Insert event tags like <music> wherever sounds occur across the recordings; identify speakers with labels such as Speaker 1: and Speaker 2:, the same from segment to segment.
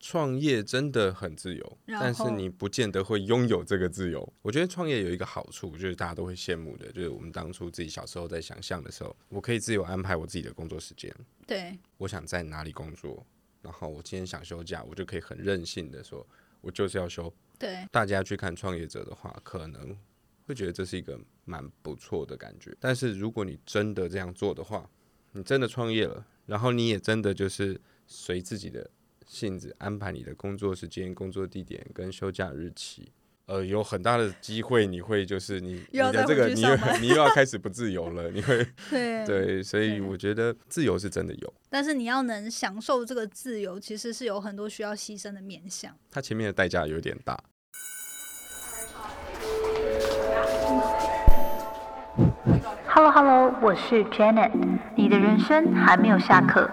Speaker 1: 创业真的很自由，
Speaker 2: 然
Speaker 1: 但是
Speaker 2: 后
Speaker 1: 你不见得会拥有这个自由。我觉得创业有一个好处，就是大家都会羡慕的，就是我们当初自己小时候在想象的时候，我可以自由安排我自己的工作时间，
Speaker 2: 对
Speaker 1: 我想在哪里工作，然后我今天想休假，我就可以很任性的说，我就是要休。
Speaker 2: 对
Speaker 1: 大家去看创业者的话，可能会觉得这是一个蛮不错的感觉。但是如果你真的这样做的话，你真的创业了，然后你也真的就是随自己的性子安排你的工作时间、工作地点跟休假日期。呃，有很大的机会，你会就是你你
Speaker 2: <laughs> 又要
Speaker 1: 的
Speaker 2: 再
Speaker 1: 这个，
Speaker 2: 回去
Speaker 1: 你
Speaker 2: 上
Speaker 1: 又 <laughs> 你又要开始不自由了，你
Speaker 2: <laughs>
Speaker 1: 会
Speaker 2: 对
Speaker 1: 对，所以
Speaker 2: 对
Speaker 1: 我觉得自由是真的有。
Speaker 2: 但是你要能享受这个自由，其实是有很多需要牺牲的面向。
Speaker 1: 它前面的代价有点大。
Speaker 3: Hello Hello，我是 Janet，你的人生还没有下课，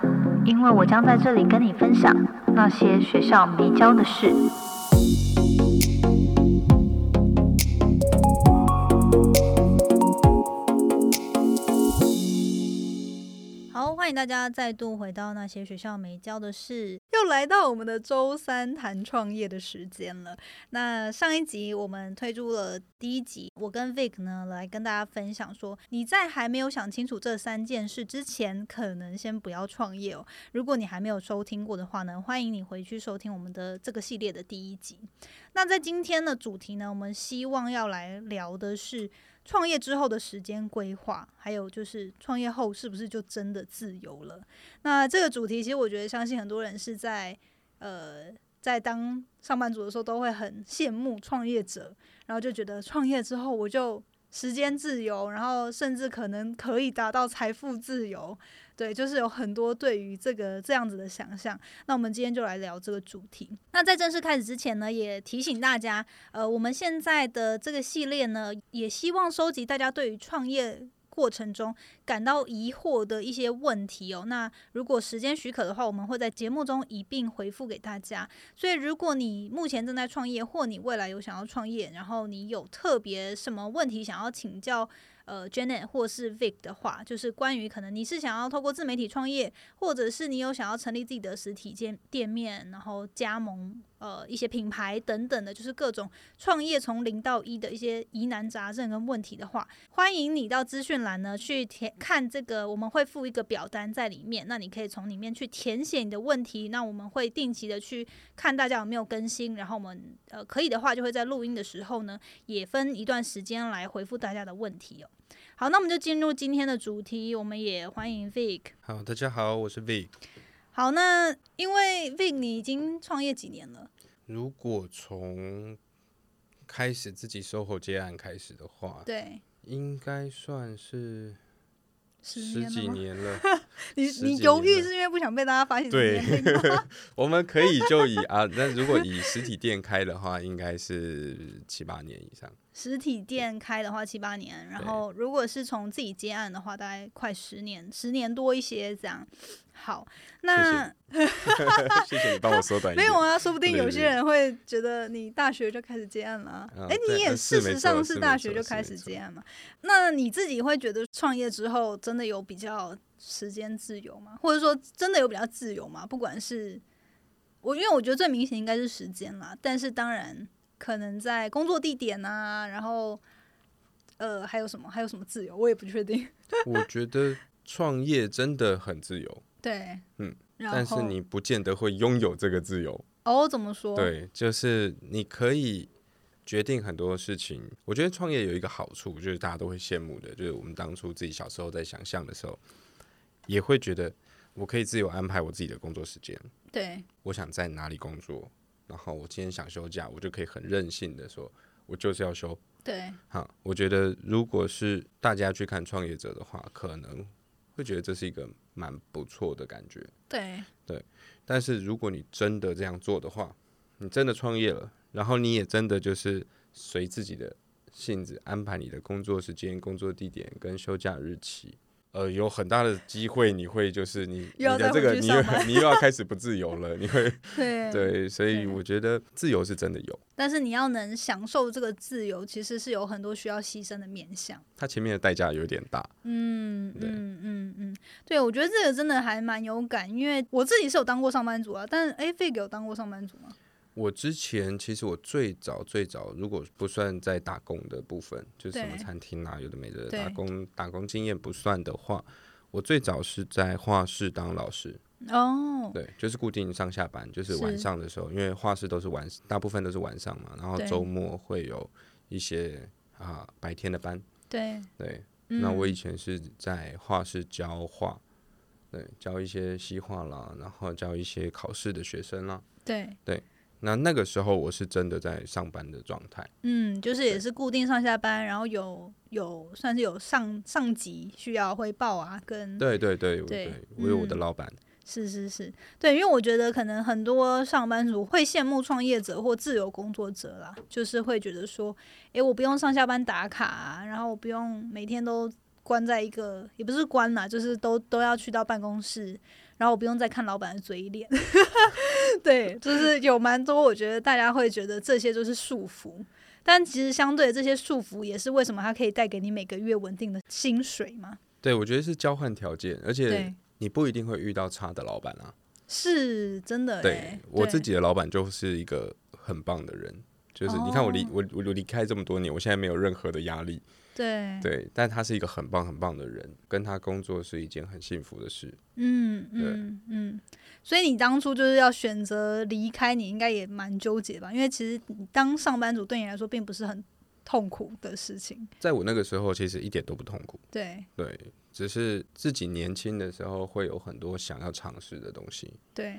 Speaker 3: 因为我将在这里跟你分享那些学校没教的事。
Speaker 2: 好，欢迎大家再度回到那些学校没教的事，又来到我们的周三谈创业的时间了。那上一集我们推出了第一集，我跟 Vic 呢来跟大家分享说，你在还没有想清楚这三件事之前，可能先不要创业哦。如果你还没有收听过的话呢，欢迎你回去收听我们的这个系列的第一集。那在今天的主题呢，我们希望要来聊的是创业之后的时间规划，还有就是创业后是不是就真的自由了？那这个主题，其实我觉得相信很多人是在呃在当上班族的时候都会很羡慕创业者，然后就觉得创业之后我就时间自由，然后甚至可能可以达到财富自由。对，就是有很多对于这个这样子的想象。那我们今天就来聊这个主题。那在正式开始之前呢，也提醒大家，呃，我们现在的这个系列呢，也希望收集大家对于创业。过程中感到疑惑的一些问题哦，那如果时间许可的话，我们会在节目中一并回复给大家。所以，如果你目前正在创业，或你未来有想要创业，然后你有特别什么问题想要请教呃 Janet 或是 Vic 的话，就是关于可能你是想要透过自媒体创业，或者是你有想要成立自己的实体店店面，然后加盟呃一些品牌等等的，就是各种创业从零到一的一些疑难杂症跟问题的话，欢迎你到资讯栏呢去填看这个，我们会附一个表单在里面，那你可以从里面去填写你的问题，那我们会定期的去看大家有没有更新，然后我们呃可以的话就会在录音的时候呢，也分一段时间来回复大家的问题哦。好，那我们就进入今天的主题，我们也欢迎 Vic。
Speaker 1: 好，大家好，我是 Vic。
Speaker 2: 好，那因为 Vic 你已经创业几年了，
Speaker 1: 如果从开始自己 SOHO 接案开始的话，
Speaker 2: 对，
Speaker 1: 应该算是
Speaker 2: 十
Speaker 1: 十
Speaker 2: 年了
Speaker 1: 几
Speaker 2: 吗？
Speaker 1: 年了。
Speaker 2: 你
Speaker 1: 十
Speaker 2: 你
Speaker 1: 几
Speaker 2: 犹
Speaker 1: 年
Speaker 2: 豫
Speaker 1: 了
Speaker 2: 是因为不想被大家发现你的
Speaker 1: 对
Speaker 2: 年
Speaker 1: <laughs>
Speaker 2: 龄吗
Speaker 1: 我们可以就以啊， <laughs> 那如果以实体店开的话，应该是七八年以
Speaker 2: <laughs>
Speaker 1: 上。
Speaker 2: 实体店开的话七八年，然
Speaker 1: 对
Speaker 2: 后如果是从自己接案的话，大概快十年，十年多一些这样。好，那
Speaker 1: 谢谢你帮我缩短一
Speaker 2: 啊没
Speaker 1: 点。
Speaker 2: 有啊，说不定
Speaker 1: 对
Speaker 2: 有
Speaker 1: 对
Speaker 2: 些
Speaker 1: 对
Speaker 2: 人会觉得你大学就开始接案了啊。
Speaker 1: 嗯
Speaker 2: 哎，
Speaker 1: 对
Speaker 2: 你也
Speaker 1: 呃是
Speaker 2: 事
Speaker 1: 没
Speaker 2: 实
Speaker 1: 错
Speaker 2: 上
Speaker 1: 是没
Speaker 2: 大
Speaker 1: 错
Speaker 2: 学就是开
Speaker 1: 没
Speaker 2: 始
Speaker 1: 错
Speaker 2: 接案嘛。那你自己会觉得创业之后真的有比较时间自由吗？或者说真的有比较自由吗？不管是我，因为我觉得最明显应该是时间啦，但是当然可能在工作地点啊，然后呃还有什么还有什么自由，我也不
Speaker 1: <laughs>
Speaker 2: 确定。
Speaker 1: 我觉得创业真的很自由，
Speaker 2: 对，
Speaker 1: 嗯，
Speaker 2: 然后
Speaker 1: 但是你不见得会拥有这个自由。
Speaker 2: 哦怎么说？
Speaker 1: 对，就是你可以决定很多事情。我觉得创业有一个好处，就是大家都会羡慕的，就是我们当初自己小时候在想象的时候，也会觉得我可以自由安排我自己的工作时间，
Speaker 2: 对
Speaker 1: 我想在哪里工作，然后我今天想休假，我就可以很任性的说，我就是要休。
Speaker 2: 对
Speaker 1: 好，我觉得如果是大家去看创业者的话，可能会觉得这是一个蛮不错的感觉。
Speaker 2: 对
Speaker 1: 但是如果你真的这样做的话，你真的创业了，然后你也真的就是随自己的性子安排你的工作时间、工作地点跟休假日期。呃，有很大的机会，你会就是你你
Speaker 2: 又要
Speaker 1: 的这
Speaker 2: 再回
Speaker 1: 个，
Speaker 2: 去
Speaker 1: 你
Speaker 2: 上
Speaker 1: 又 <laughs>
Speaker 2: 班
Speaker 1: 你又要开始不自由了，你会
Speaker 2: <laughs> 对
Speaker 1: 对，所以
Speaker 2: 对
Speaker 1: 我觉得自由是真的有。
Speaker 2: 但是你要能享受这个自由，其实是有很多需要牺牲的面向。
Speaker 1: 它前面的代价有点大，
Speaker 2: 嗯
Speaker 1: 对
Speaker 2: 嗯嗯嗯，对，我觉得这个真的还蛮有感，因为我自己是有当过上班族啊，但哎，Fig 有当过上班族吗？
Speaker 1: 我之前其实我最早最早，如果不算在打工的部分，就是什么
Speaker 2: 对
Speaker 1: 餐厅啊，有的没的
Speaker 2: 对
Speaker 1: 打工打工经验不算的话，我最早是在画室当老师，
Speaker 2: 哦，
Speaker 1: 对，就是固定上下班，就是晚
Speaker 2: 是
Speaker 1: 上的时候，因为画室都是晚，大部分都是晚上嘛，然后
Speaker 2: 对
Speaker 1: 周末会有一些啊、白天的班，
Speaker 2: 对，
Speaker 1: 对，
Speaker 2: 嗯
Speaker 1: 那我以前是在画室教画，对，教一些西画啦，然后教一些考试的学生啦。
Speaker 2: 对，
Speaker 1: 那那个时候我是真的在上班的状态，
Speaker 2: 嗯，就是也是固定上下班，然后有有算是有上上级需要汇报啊，跟
Speaker 1: 对对对我
Speaker 2: 对
Speaker 1: 我有我的
Speaker 2: 嗯
Speaker 1: 老板，
Speaker 2: 是是是，对，因为我觉得可能很多上班族会羡慕创业者或自由工作者啦，就是会觉得说，诶，我不用上下班打卡啊、然后我不用每天都关在一个，也不是关啦，就是都都要去到办公室，然后我不用再看老板的嘴脸。 <laughs> 对，就是有蛮多，我觉得大家会觉得这些就是束缚。但其实相对的这些束缚，也是为什么它可以带给你每个月稳定的薪水嘛？
Speaker 1: 对我觉得是交换条件，而且
Speaker 2: 对，
Speaker 1: 你不一定会遇到差的老板啊。
Speaker 2: 是真的、欸。
Speaker 1: 对我自
Speaker 2: 对
Speaker 1: 己的老板就是一个很棒的人，就是你看我
Speaker 2: 哦
Speaker 1: 离我我离开这么多年，我现在没有任何的压力，
Speaker 2: 对
Speaker 1: 对，但他是一个很棒很棒的人，跟他工作是一件很幸福的事。
Speaker 2: 嗯嗯嗯，所以你当初就是要选择离开，你应该也蛮纠结吧？因为其实你当上班族对你来说并不是很痛苦的事情，
Speaker 1: 在我那个时候，其实一点都不痛苦。
Speaker 2: 对
Speaker 1: 对，只是自己年轻的时候会有很多想要尝试的东西。
Speaker 2: 对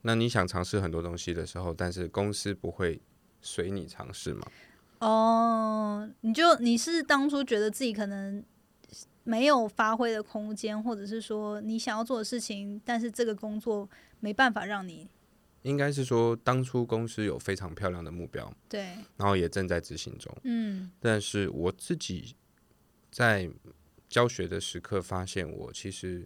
Speaker 1: 那你想尝试很多东西的时候，但是公司不会随你尝试嘛？
Speaker 2: 哦，你就你是当初觉得自己可能没有发挥的空间，或者是说你想要做的事情，但是这个工作没办法让你
Speaker 1: 应该是说，当初公司有非常漂亮的目标，
Speaker 2: 对，
Speaker 1: 然后也正在执行中。
Speaker 2: 嗯
Speaker 1: 但是我自己在教学的时刻发现，我其实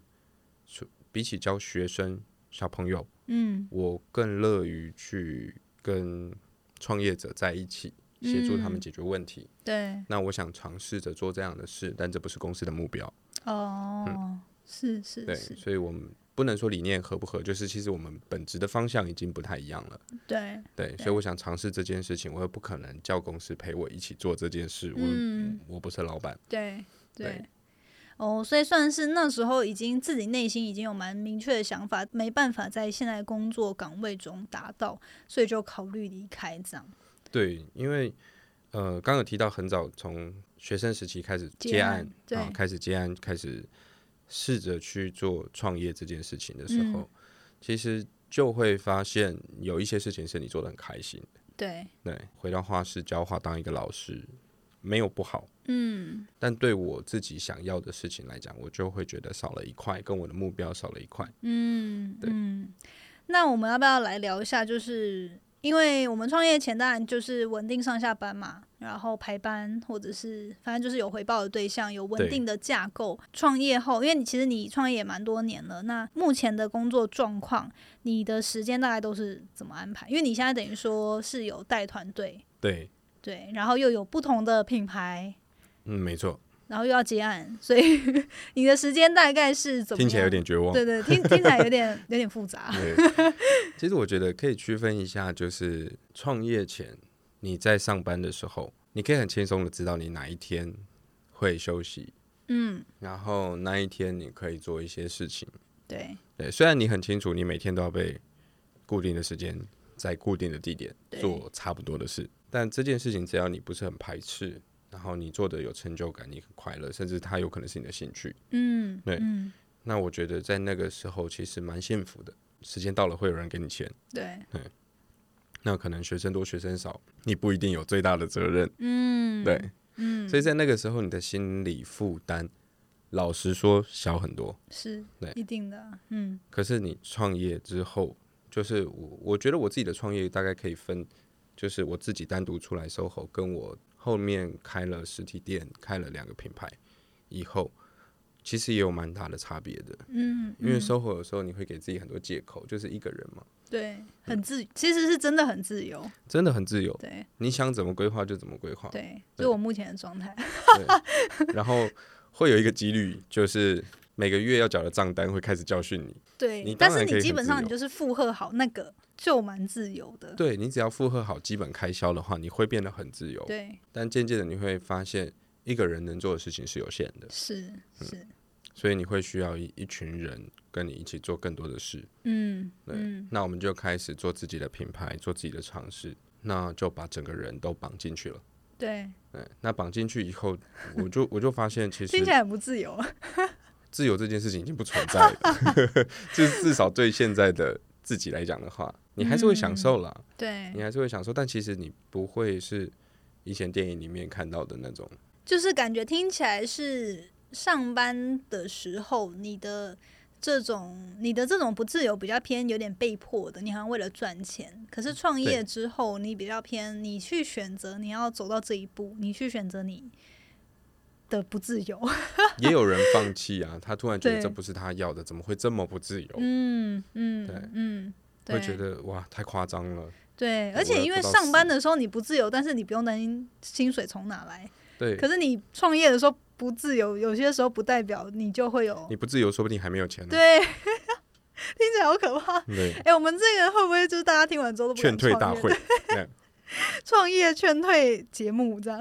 Speaker 1: 除比起教学生小朋友，
Speaker 2: 嗯，
Speaker 1: 我更乐于去跟创业者在一起，协助他们
Speaker 2: 嗯
Speaker 1: 解决问题。
Speaker 2: 对，
Speaker 1: 那我想尝试着做这样的事，但这不是公司的目标。
Speaker 2: 哦，是是
Speaker 1: 对，
Speaker 2: 是，
Speaker 1: 所以我们不能说理念合不合，就是其实我们本质的方向已经不太一样了。
Speaker 2: 对，
Speaker 1: 对，所以我想尝试这件事情，我又不可能叫公司陪我一起做这件事，我、
Speaker 2: 嗯
Speaker 1: 我不是老板。
Speaker 2: 对对
Speaker 1: 对。
Speaker 2: 哦，所以算是那时候已经自己内心已经有蛮明确的想法，没办法在现在工作岗位中达到，所以就考虑离开这样。
Speaker 1: 对，因为呃，刚有提到很早从学生时期开始
Speaker 2: 接
Speaker 1: 接
Speaker 2: 案
Speaker 1: 案，
Speaker 2: 对
Speaker 1: 啊，开始接案，开始试着去做创业这件事情的时
Speaker 2: 嗯
Speaker 1: 候，其实就会发现有一些事情是你做的很开心的。
Speaker 2: 对，
Speaker 1: 对，回到画室教画当一个老师没有不好，
Speaker 2: 嗯，
Speaker 1: 但对我自己想要的事情来讲，我就会觉得少了一块，跟我的目标少了一块。
Speaker 2: 嗯，
Speaker 1: 对
Speaker 2: 嗯，那我们要不要来聊一下？就是因为我们创业前当然就是稳定上下班嘛，然后排班或者是反正就是有回报的对象，有稳
Speaker 1: 对
Speaker 2: 定的架构。创业后，因为你其实你创业也蛮多年了，那目前的工作状况，你的时间大概都是怎么安排？因为你现在等于说是有带团队，
Speaker 1: 对，
Speaker 2: 对，然后又有不同的品牌。
Speaker 1: 嗯，没错，
Speaker 2: 然后又要结案，所以 <laughs> 你的时间大概是怎么样？
Speaker 1: 听起来有点嗯绝望。
Speaker 2: 对 <laughs> 对，听听起来有点有点
Speaker 1: <laughs>
Speaker 2: 复杂。
Speaker 1: 对，其实我觉得可以区分一下，就是创业前你在上班的时候，你可以很轻松的知道你哪一天会休息，
Speaker 2: 嗯，
Speaker 1: 然后那一天你可以做一些事情。
Speaker 2: 对
Speaker 1: 对，虽然你很清楚你每天都要被固定的时间在固定的地点
Speaker 2: 对
Speaker 1: 做差不多的事，但这件事情只要你不是很排斥，然后你做的有成就感，你很快乐，甚至它有可能是你的兴趣，
Speaker 2: 嗯，
Speaker 1: 对
Speaker 2: 嗯，
Speaker 1: 那我觉得在那个时候其实蛮幸福的。时间到了会有人给你钱，
Speaker 2: 对，
Speaker 1: 那可能学生多学生少，你不一定有最大的责任，
Speaker 2: 嗯，
Speaker 1: 对，
Speaker 2: 嗯，
Speaker 1: 所以在那个时候你的心理负担，老实说小很多。
Speaker 2: 是
Speaker 1: 对
Speaker 2: 一定的，嗯，
Speaker 1: 可是你创业之后，就是我我觉得我自己的创业大概可以分，就是我自己单独
Speaker 2: 嗯
Speaker 1: 出来 SOHO，跟我后面开了实体店，开了两个品牌以后，其实也有蛮大的差别的。
Speaker 2: 嗯，
Speaker 1: 因为
Speaker 2: 嗯
Speaker 1: 生活有时候你会给自己很多借口，就是一个人嘛，
Speaker 2: 对很自，其实是真的很自由，
Speaker 1: 真的很自由，
Speaker 2: 对
Speaker 1: 你想怎么规划就怎么规划。
Speaker 2: 对，
Speaker 1: 对
Speaker 2: 就我目前的状态。 <laughs>
Speaker 1: 对 <laughs> 然后会有一个几率，就是每个月要缴的账单会开始教训你。
Speaker 2: 对，
Speaker 1: 你
Speaker 2: 但
Speaker 1: 当
Speaker 2: 是
Speaker 1: 然可
Speaker 2: 你
Speaker 1: 以
Speaker 2: 基
Speaker 1: 很
Speaker 2: 本
Speaker 1: 自
Speaker 2: 上你
Speaker 1: 由
Speaker 2: 就是负荷好那个，就蛮自由的。
Speaker 1: 对你只要负荷好基本开销的话，你会变得很自由。
Speaker 2: 对，
Speaker 1: 但渐渐的你会发现，一个人能做的事情是有限的，
Speaker 2: 是是，
Speaker 1: 所以你会需要一一群人跟你一起做更多的事。
Speaker 2: 嗯
Speaker 1: 对
Speaker 2: 嗯，
Speaker 1: 那我们就开始做自己的品牌，做自己的尝试，那就把整个人都绑进去了。
Speaker 2: 对，
Speaker 1: 对，那绑进去以后，我就我就发现，其实
Speaker 2: 听起来很不自由。 <laughs>
Speaker 1: 自由这件事情已经不存在了，
Speaker 2: <laughs>
Speaker 1: <laughs> 就是至少对现在的自己来讲的话，你还是会
Speaker 2: 嗯
Speaker 1: 享受啦，
Speaker 2: 对
Speaker 1: 你，还是会享受，但其实你不会是以前电影里面看到的那种，
Speaker 2: 就是感觉听起来是上班的时候你的。这种你的这种不自由比较偏有点被迫的，你好像为了赚钱。可是创业
Speaker 1: 嗯对
Speaker 2: 之后，你比较偏你去选择你要走到这一步，你去选择你的不自
Speaker 1: <laughs>
Speaker 2: 由。 <laughs>
Speaker 1: 也有人放弃啊，他突然觉得
Speaker 2: 对
Speaker 1: 这不是他要的，怎么会这么不自由？
Speaker 2: 嗯嗯
Speaker 1: 对
Speaker 2: 嗯，对，
Speaker 1: 会觉得哇，太夸张了。
Speaker 2: 对，
Speaker 1: 我
Speaker 2: 而且
Speaker 1: 也
Speaker 2: 因
Speaker 1: 不
Speaker 2: 为
Speaker 1: 知道
Speaker 2: 上
Speaker 1: 是
Speaker 2: 班的时候你不自由，但是你不用担心薪水从哪来。
Speaker 1: 对，
Speaker 2: 可是你创业的时候不自由，有些时候不代表你就会有
Speaker 1: 你不自由，说不定还没有钱呢。
Speaker 2: 对， <laughs> 听起来好可怕。
Speaker 1: 对，
Speaker 2: <laughs> 哎、我们这个会不会就是大家听完之后都不敢
Speaker 1: 劝退
Speaker 2: 创
Speaker 1: 大
Speaker 2: 业
Speaker 1: 会
Speaker 2: 创业劝退节目这样？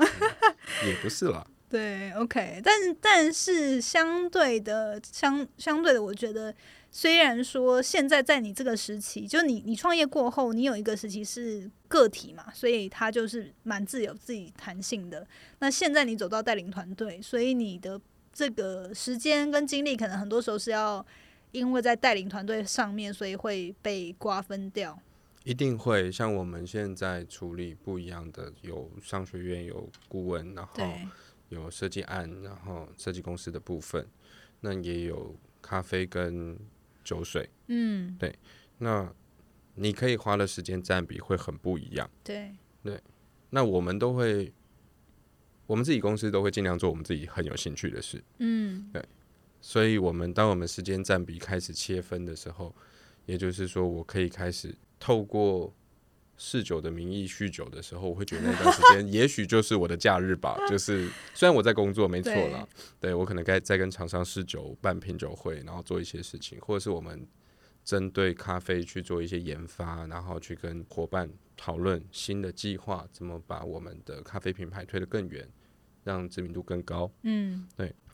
Speaker 1: <laughs> 也不是啦，
Speaker 2: 对，OK，但但是相对的，相相对的，我觉得虽然说现在在你这个时期，就你你创业过后，你有一个时期是个体嘛，所以它就是蛮自由、自己弹性的。那现在你走到带领团队，所以你的这个时间跟精力，可能很多时候是要因为在带领团队上面，所以会被瓜分掉。
Speaker 1: 一定会像我们现在处理不一样的，有商学院，有顾问，然后
Speaker 2: 对，
Speaker 1: 有设计案，然后设计公司的部分，那也有咖啡跟酒水。
Speaker 2: 嗯，
Speaker 1: 那你可以花的时间占比会很不一样。
Speaker 2: 对，
Speaker 1: 那我们都会，我们自己公司都会尽量做我们自己很有兴趣的事。
Speaker 2: 嗯，
Speaker 1: 所以，我们当我们时间占比开始切分的时候，也就是说，我可以开始透过嗜酒的名义酗酒的时候，我会觉得那段时间也许就是我的假日吧。就是虽然我在工作没错啦，对我可能该在跟厂商试酒、办品酒会，然后做一些事情，或者是我们针对咖啡去做一些研发，然后去跟伙伴讨论新的计划，怎么把我们的咖啡品牌推得更远，让知名度更高。
Speaker 2: 嗯。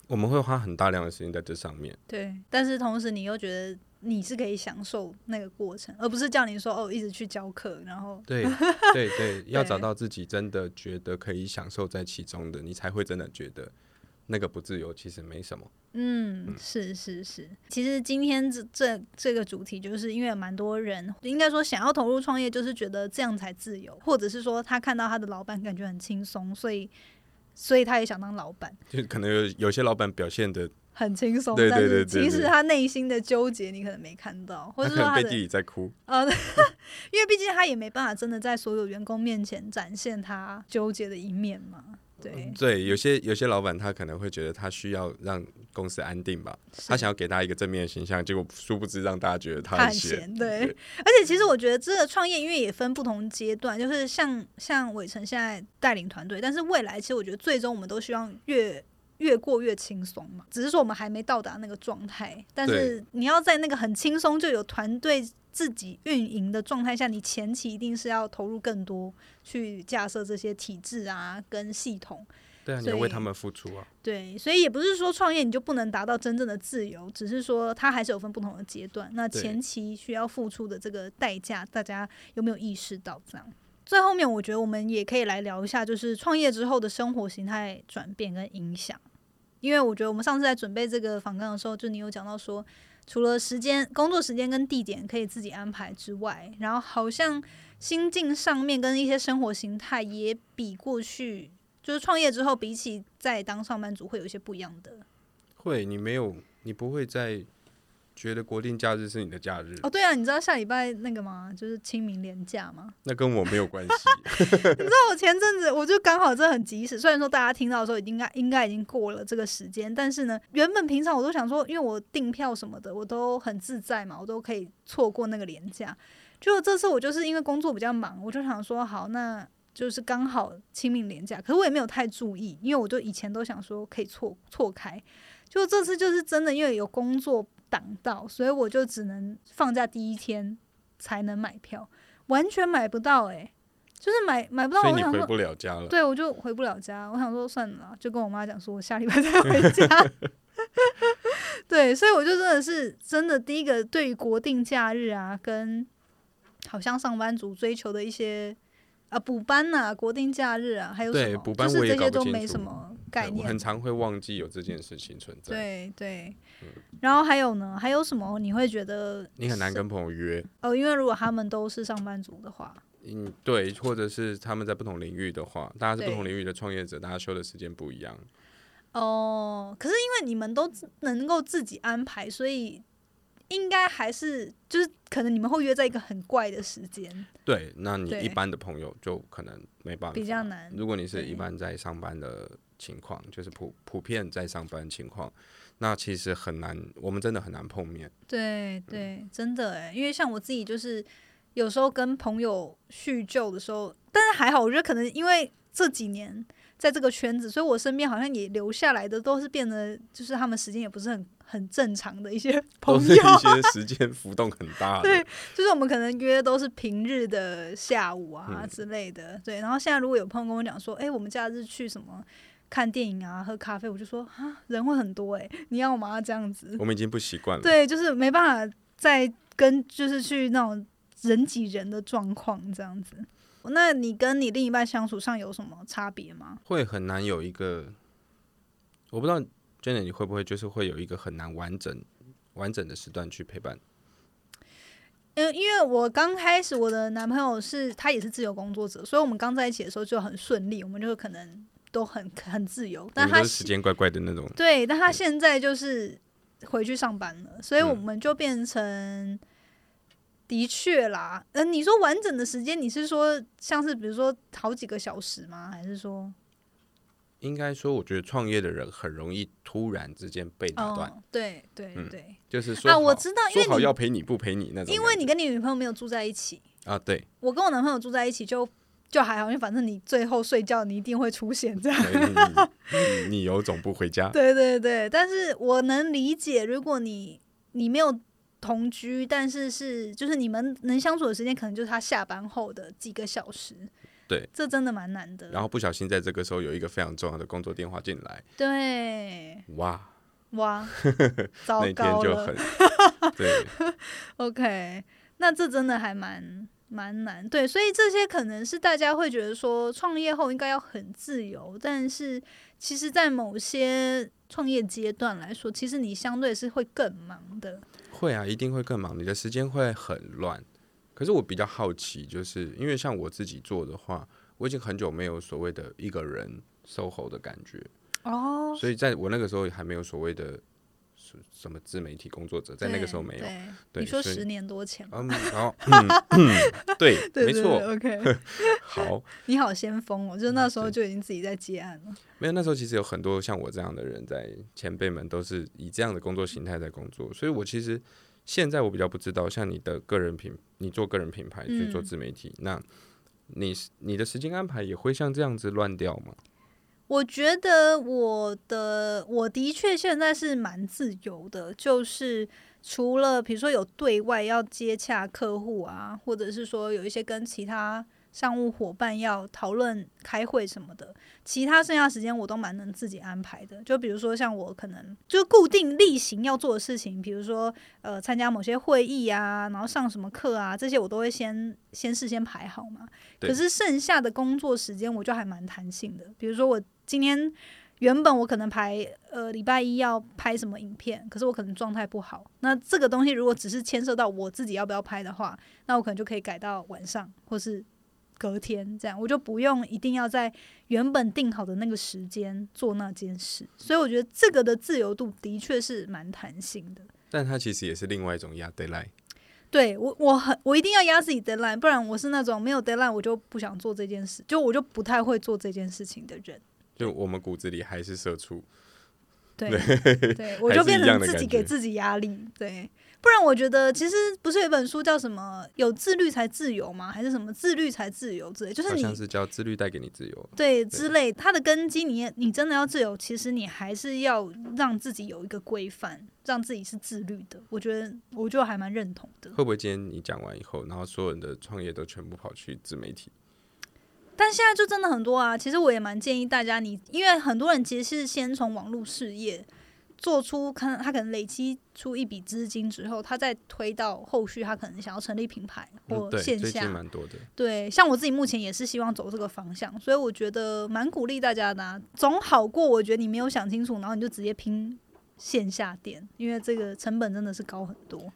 Speaker 1: 我们会花很大量的时间在这上面。
Speaker 2: 对，但是同时你又觉得你是可以享受那个过程，而不是叫你说哦一直去教课，然后 <laughs>
Speaker 1: 对对对，要找
Speaker 2: 对
Speaker 1: 到自己真的觉得可以享受在其中的，你才会真的觉得那个不自由其实没什么。
Speaker 2: 嗯，是是是。其实今天这这这个主题，就是因为有蛮多人应该说想要投入创业，就是觉得这样才自由，或者是说他看到他的老板感觉很轻松，所以所以他也想当老板。
Speaker 1: 就可能有有些老板表现的，
Speaker 2: 很轻松，
Speaker 1: 对
Speaker 2: 但
Speaker 1: 对对
Speaker 2: 是其
Speaker 1: 对
Speaker 2: 实
Speaker 1: 对
Speaker 2: 他内心的纠结你可能没看到，或
Speaker 1: 他
Speaker 2: 者
Speaker 1: 可
Speaker 2: 说
Speaker 1: 能
Speaker 2: 他
Speaker 1: 背
Speaker 2: 的
Speaker 1: 地里在哭。
Speaker 2: 呃， <laughs> 因为毕竟他也没办法真的在所有员工面前展现他纠结的一面嘛。对，
Speaker 1: 对，有些有些老板他可能会觉得他需要让公司安定吧，他
Speaker 2: 是
Speaker 1: 想要给他一个正面的形象，结果殊不知让大家觉得他
Speaker 2: 他很闲
Speaker 1: 闲。
Speaker 2: 对而且其实我觉得这个创业，因为也分不同阶段，就是像像伟成现在带领团队，但是未来其实我觉得最终我们都希望越。越过越轻松嘛，只是说我们还没到达那个状态。但是你要在那个很轻松就有团队自己运营的状态下，你前期一定是要投入更多去架设这些体制啊跟系统。
Speaker 1: 对啊，你
Speaker 2: 所
Speaker 1: 要为
Speaker 2: 以
Speaker 1: 他们付出啊。
Speaker 2: 对，所以也不是说创业你就不能达到真正的自由，只是说它还是有分不同的阶段。那
Speaker 1: 对
Speaker 2: 前期需要付出的这个代价，大家有没有意识到？这样，最后面我觉得我们也可以来聊一下，就是创业之后的生活形态转变跟影响。因为我觉得我们上次在准备这个访纲的时候，就你有讲到说，除了时间、工作时间跟地点可以自己安排之外，然后好像心境上面跟一些生活形态也比过去，就是创业之后比起在当上班族会有一些不一样的。
Speaker 1: 会，你没有，你不会在觉得国定假日是你的假日，
Speaker 2: 哦，对啊，你知道下礼拜那个吗？就是清明连假吗？
Speaker 1: 那跟我没有关系。
Speaker 2: <laughs> 你知道我前阵子我就刚好真的很及时，虽然说大家听到的时候已经应该应该已经过了这个时间，但是呢，原本平常我都想说，因为我订票什么的我都很自在嘛，我都可以错过那个连假。结果这次我就是因为工作比较忙，我就想说好，那就是刚好清明连假，可是我也没有太注意，因为我就以前都想说可以错错开，就这次就是真的因为有工作挡到，所以我就只能放假第一天才能买票，完全买不到诶、就是买买不到，
Speaker 1: 所以
Speaker 2: 我
Speaker 1: 你
Speaker 2: 想
Speaker 1: 回
Speaker 2: 说
Speaker 1: 不了家了。
Speaker 2: 对，我就回不了家。我想说算了啦，就跟我妈讲说，我下礼拜再回家。 <laughs> 对，所以我就真的是真的第一个对于国定假日啊，跟好像上班族追求的一些啊补班呐、国定假日啊，还有什
Speaker 1: 对
Speaker 2: 么，
Speaker 1: 补班
Speaker 2: 就是
Speaker 1: 我也
Speaker 2: 这些
Speaker 1: 搞不
Speaker 2: 都
Speaker 1: 清
Speaker 2: 没
Speaker 1: 楚
Speaker 2: 什么
Speaker 1: 对
Speaker 2: 概
Speaker 1: 我很
Speaker 2: 念。
Speaker 1: 常会忘记有这件事情存在。
Speaker 2: 对对，然后还有呢，还有什么你会觉得
Speaker 1: 嗯你很难
Speaker 2: 是
Speaker 1: 跟朋友约，
Speaker 2: 哦？因为如果他们都是上班族的话，
Speaker 1: 嗯，对，或者是他们在不同领域的话，大家是不
Speaker 2: 对
Speaker 1: 同领域的创业者，大家休的时间不一样。
Speaker 2: 哦，可是因为你们都自能够自己安排，所以应该还是就是可能你们会约在一个很怪的时间，
Speaker 1: 对，那你
Speaker 2: 对
Speaker 1: 一般的朋友就可能没办法，
Speaker 2: 比较难
Speaker 1: 如果你是一
Speaker 2: 对
Speaker 1: 般在上班的情况，就是普普遍在上班情况，那其实很难，我们真的很难碰面。嗯
Speaker 2: 对对，真的诶，因为像我自己就是有时候跟朋友叙旧的时候，但是还好，我觉得可能因为这几年在这个圈子，所以我身边好像也留下来的都是变得就是他们时间也不是很很正常的一些 <laughs>
Speaker 1: 都
Speaker 2: 朋
Speaker 1: 是
Speaker 2: 友，
Speaker 1: 一些时间浮动很大
Speaker 2: <laughs> 对
Speaker 1: 的，
Speaker 2: 就是我们可能约都是平日的下午啊
Speaker 1: 嗯
Speaker 2: 之类的，对。然后现在如果有朋友跟我讲说，哎、我们假日去什么看电影啊、喝咖啡，我就说啊，人会很多哎、你要吗？这样子，
Speaker 1: 我们已经不习惯了。
Speaker 2: 对，就是没办法再跟就是去那种人挤人的状况这样子。那你跟你另一半相处上有什么差别吗？
Speaker 1: 会很难有一个，我不知道 Jenny 你会不会就是会有一个很难完整完整的时段去陪伴。
Speaker 2: 嗯，因为我刚开始我的男朋友是他也是自由工作者，所以我们刚在一起的时候就很顺利，我们就可能都很很自由。但
Speaker 1: 我们
Speaker 2: 他
Speaker 1: 都是时间怪怪的那种，
Speaker 2: 对，但他现在就是回去上班了，所以我
Speaker 1: 嗯
Speaker 2: 们就变成，的确啦，嗯、你说完整的时间，你是说像是比如说好几个小时吗？还是说，
Speaker 1: 应该说，我觉得创业的人很容易突然之间被打断，
Speaker 2: 哦，对对
Speaker 1: 嗯
Speaker 2: 对，
Speaker 1: 就是说
Speaker 2: 啊，我
Speaker 1: 好
Speaker 2: 知道，
Speaker 1: 说
Speaker 2: 因为
Speaker 1: 好
Speaker 2: 你
Speaker 1: 要陪你不陪你那种感觉，
Speaker 2: 因为你跟你女朋友没有住在一起，
Speaker 1: 啊，对，
Speaker 2: 我跟我男朋友住在一起就就还好，因为反正你最后睡觉你一定会出现这样。
Speaker 1: 所以你你你有种不回家，
Speaker 2: 对对对，但是我能理解，如果你你没有同居，但是是就是你们能相处的时间，可能就是他下班后的几个小时。
Speaker 1: 对，
Speaker 2: 这真的蛮难的。
Speaker 1: 然后不小心在这个时候有一个非常重要的工作电话进来，
Speaker 2: 对，
Speaker 1: 哇， <laughs>
Speaker 2: 哇，糟
Speaker 1: 那一天
Speaker 2: 糕
Speaker 1: 就
Speaker 2: <laughs> 了
Speaker 1: 很。对
Speaker 2: OK，那这真的还蛮蛮难。对，所以这些可能是大家会觉得说，创业后应该要很自由，但是其实，在某些创业阶段来说，其实你相对是会更忙的。
Speaker 1: 会啊，一定会更忙，你的时间会很乱。可是我比较好奇，就是因为像我自己做的话，我已经很久没有所谓的一个人 SOHO 的感觉，
Speaker 2: 哦，
Speaker 1: 所以在我那个时候还没有所谓的什什么自媒体工作者，在那个
Speaker 2: 对
Speaker 1: 时候没有。
Speaker 2: 对
Speaker 1: 对
Speaker 2: 你说
Speaker 1: 所以
Speaker 2: 十年多前吗？
Speaker 1: 嗯，然后嗯，嗯对，
Speaker 2: <laughs> 对
Speaker 1: 没
Speaker 2: 对
Speaker 1: 错，
Speaker 2: 对，OK，
Speaker 1: <laughs> 好，
Speaker 2: 你好先锋哦，就是那时候
Speaker 1: 对
Speaker 2: 就已经自己在接案了。
Speaker 1: 没有，那时候其实有很多像我这样的人在，前辈们都是以这样的工作形态在工作，所以我其实现在我比较不知道，像你的个人品，你做个人品牌去做
Speaker 2: 嗯
Speaker 1: 自媒体，那你你的时间安排也会像这样子乱掉吗？
Speaker 2: 我觉得我的我的确现在是蛮自由的，就是除了比如说有对外要接洽客户啊，或者是说有一些跟其他商务伙伴要讨论开会什么的，其他剩下时间我都蛮能自己安排的。就比如说像我可能就固定例行要做的事情，比如说呃参加某些会议啊，然后上什么课啊，这些我都会先先事先排好嘛。
Speaker 1: 对
Speaker 2: 可是剩下的工作时间我就还蛮弹性的，比如说我今天原本我可能排呃礼拜一要拍什么影片，可是我可能状态不好，那这个东西如果只是牵涉到我自己要不要拍的话，那我可能就可以改到晚上或是隔天这样，我就不用一定要在原本定好的那个时间做那件事。所以我觉得这个的自由度的确是蛮弹性的。
Speaker 1: 但它其实也是另外一种压 deadline。
Speaker 2: 对我，我很我一定要压自己 deadline，不然我是那种没有 deadline 我就不想做这件事，就我就不太会做这件事情的人。
Speaker 1: 就我们骨子里还是社畜，
Speaker 2: 对，
Speaker 1: <laughs>
Speaker 2: 对我就变成自己给自己压力。对，不然我觉得其实不是有一本书叫什么“有自律才自由”吗？还是什么“自律才自由”之类？就是
Speaker 1: 好
Speaker 2: 你
Speaker 1: 像是叫自律带给你自由。
Speaker 2: 对之类，它的根基你，你真的要自由，其实你还是要让自己有一个规范，让自己是自律的。我觉得，我就还蛮认同的。
Speaker 1: 会不会今天你讲完以后，然后所有人的创业都全部跑去自媒体？
Speaker 2: 但现在就真的很多啊，其实我也蛮建议大家你，因为很多人其实是先从网络事业做出，看他可能累积出一笔资金之后，他再推到后续，他可能想要成立品牌
Speaker 1: 嗯，
Speaker 2: 或
Speaker 1: 对，
Speaker 2: 线
Speaker 1: 最
Speaker 2: 下。
Speaker 1: 近蛮多的。
Speaker 2: 对，像我自己目前也是希望走这个方向，所以我觉得蛮鼓励大家的、啊，总好过我觉得你没有想清楚，然后你就直接拼线下店，因为这个成本真的是高很多。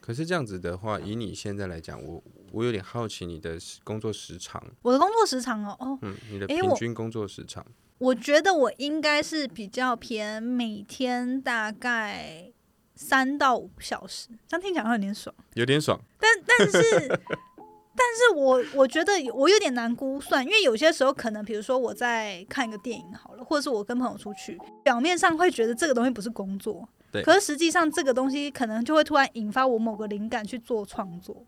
Speaker 1: 可是这样子的话，以你现在来讲，我我有点好奇你的时工作时长，
Speaker 2: 我的工作时长哦，哦，
Speaker 1: 嗯，你的
Speaker 2: 诶
Speaker 1: 平
Speaker 2: 我
Speaker 1: 均工作时长，
Speaker 2: 我觉得我应该是比较偏每天大概三到五小时，这样听起来好像有点爽。
Speaker 1: 有点爽。
Speaker 2: 但是，但是我我觉得我有点难估算，因为有些时候可能，比如说我在看一个电影好了，或者是我跟朋友出去，表面上会觉得这个东西不是工作
Speaker 1: 对，
Speaker 2: 可是实际上这个东西可能就会突然引发我某个灵感去做创作，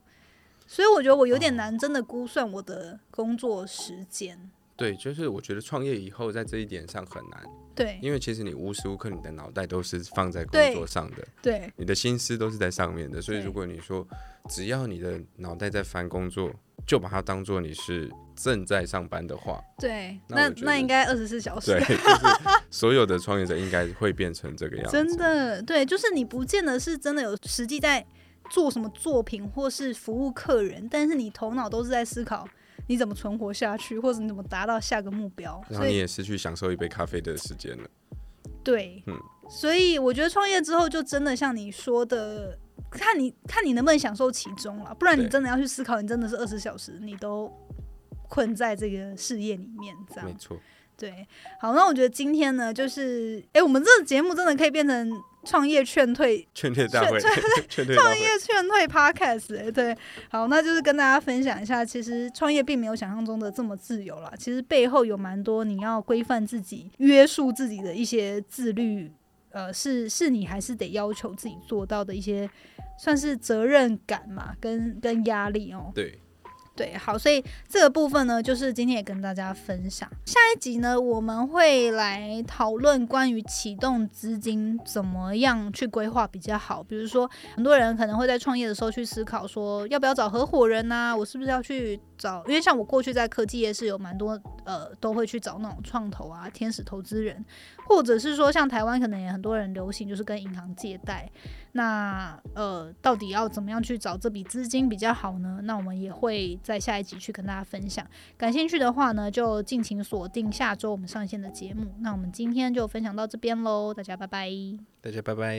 Speaker 2: 所以我觉得我有
Speaker 1: 哦
Speaker 2: 点难真的估算我的工作时间。
Speaker 1: 对，就是我觉得创业以后在这一点上很难，
Speaker 2: 对
Speaker 1: 因为其实你无时无刻你的脑袋都是放在工
Speaker 2: 对
Speaker 1: 作上的，
Speaker 2: 对
Speaker 1: 你的心思都是在上面的。所以
Speaker 2: 对
Speaker 1: 如果你说只要你的脑袋在翻工作，就把它当做你是正在上班的
Speaker 2: <laughs>
Speaker 1: 话，
Speaker 2: 对，
Speaker 1: 那我
Speaker 2: 那
Speaker 1: 觉得
Speaker 2: 那应该二十四小时
Speaker 1: 对，。就是所有的创业者应该会变成这个样子。
Speaker 2: 真的，对，就是你不见得是真的有实际在做什么作品或是服务客人，但是你头脑都是在思考你怎么存活下去，或者你怎么达到下个目标。
Speaker 1: 然后
Speaker 2: 所
Speaker 1: 你
Speaker 2: 以，
Speaker 1: 也失去享受一杯咖啡的时间了。
Speaker 2: 对，
Speaker 1: 嗯
Speaker 2: 所以我觉得创业之后就真的像你说的，看你看你能不能享受其中了，不然你
Speaker 1: 对
Speaker 2: 真的要去思考，你真的是二十小时你都困在这个事业里面，这样
Speaker 1: 没错，
Speaker 2: 对，好，那我觉得今天呢，就是，诶，我们这个节目真的可以变成创业劝退
Speaker 1: <laughs> 劝退大会，劝退大
Speaker 2: 创
Speaker 1: 会。
Speaker 2: 业劝退 Podcast 哎、对，好，那就是跟大家分享一下，其实创业并没有想象中的这么自由啦，其实背后有蛮多你要规范自己、约束自己的一些自律，呃，是是你还是得要求自己做到的一些，算是责任感嘛，跟跟压力哦、
Speaker 1: 对，
Speaker 2: 对，好，所以这个部分呢，就是今天也跟大家分享。下一集呢，我们会来讨论关于启动资金怎么样去规划比较好。比如说，很多人可能会在创业的时候去思考说，要不要找合伙人呐、我是不是要去找？因为像我过去在科技业是有蛮多呃，都会去找那种创投啊、天使投资人，或者是说像台湾可能也很多人流行就是跟银行借贷，那呃，到底要怎么样去找这笔资金比较好呢？那我们也会在下一集去跟大家分享。感兴趣的话呢，就敬请锁定下周我们上线的节目。那我们今天就分享到这边喽，大家拜拜。
Speaker 1: 大家拜拜。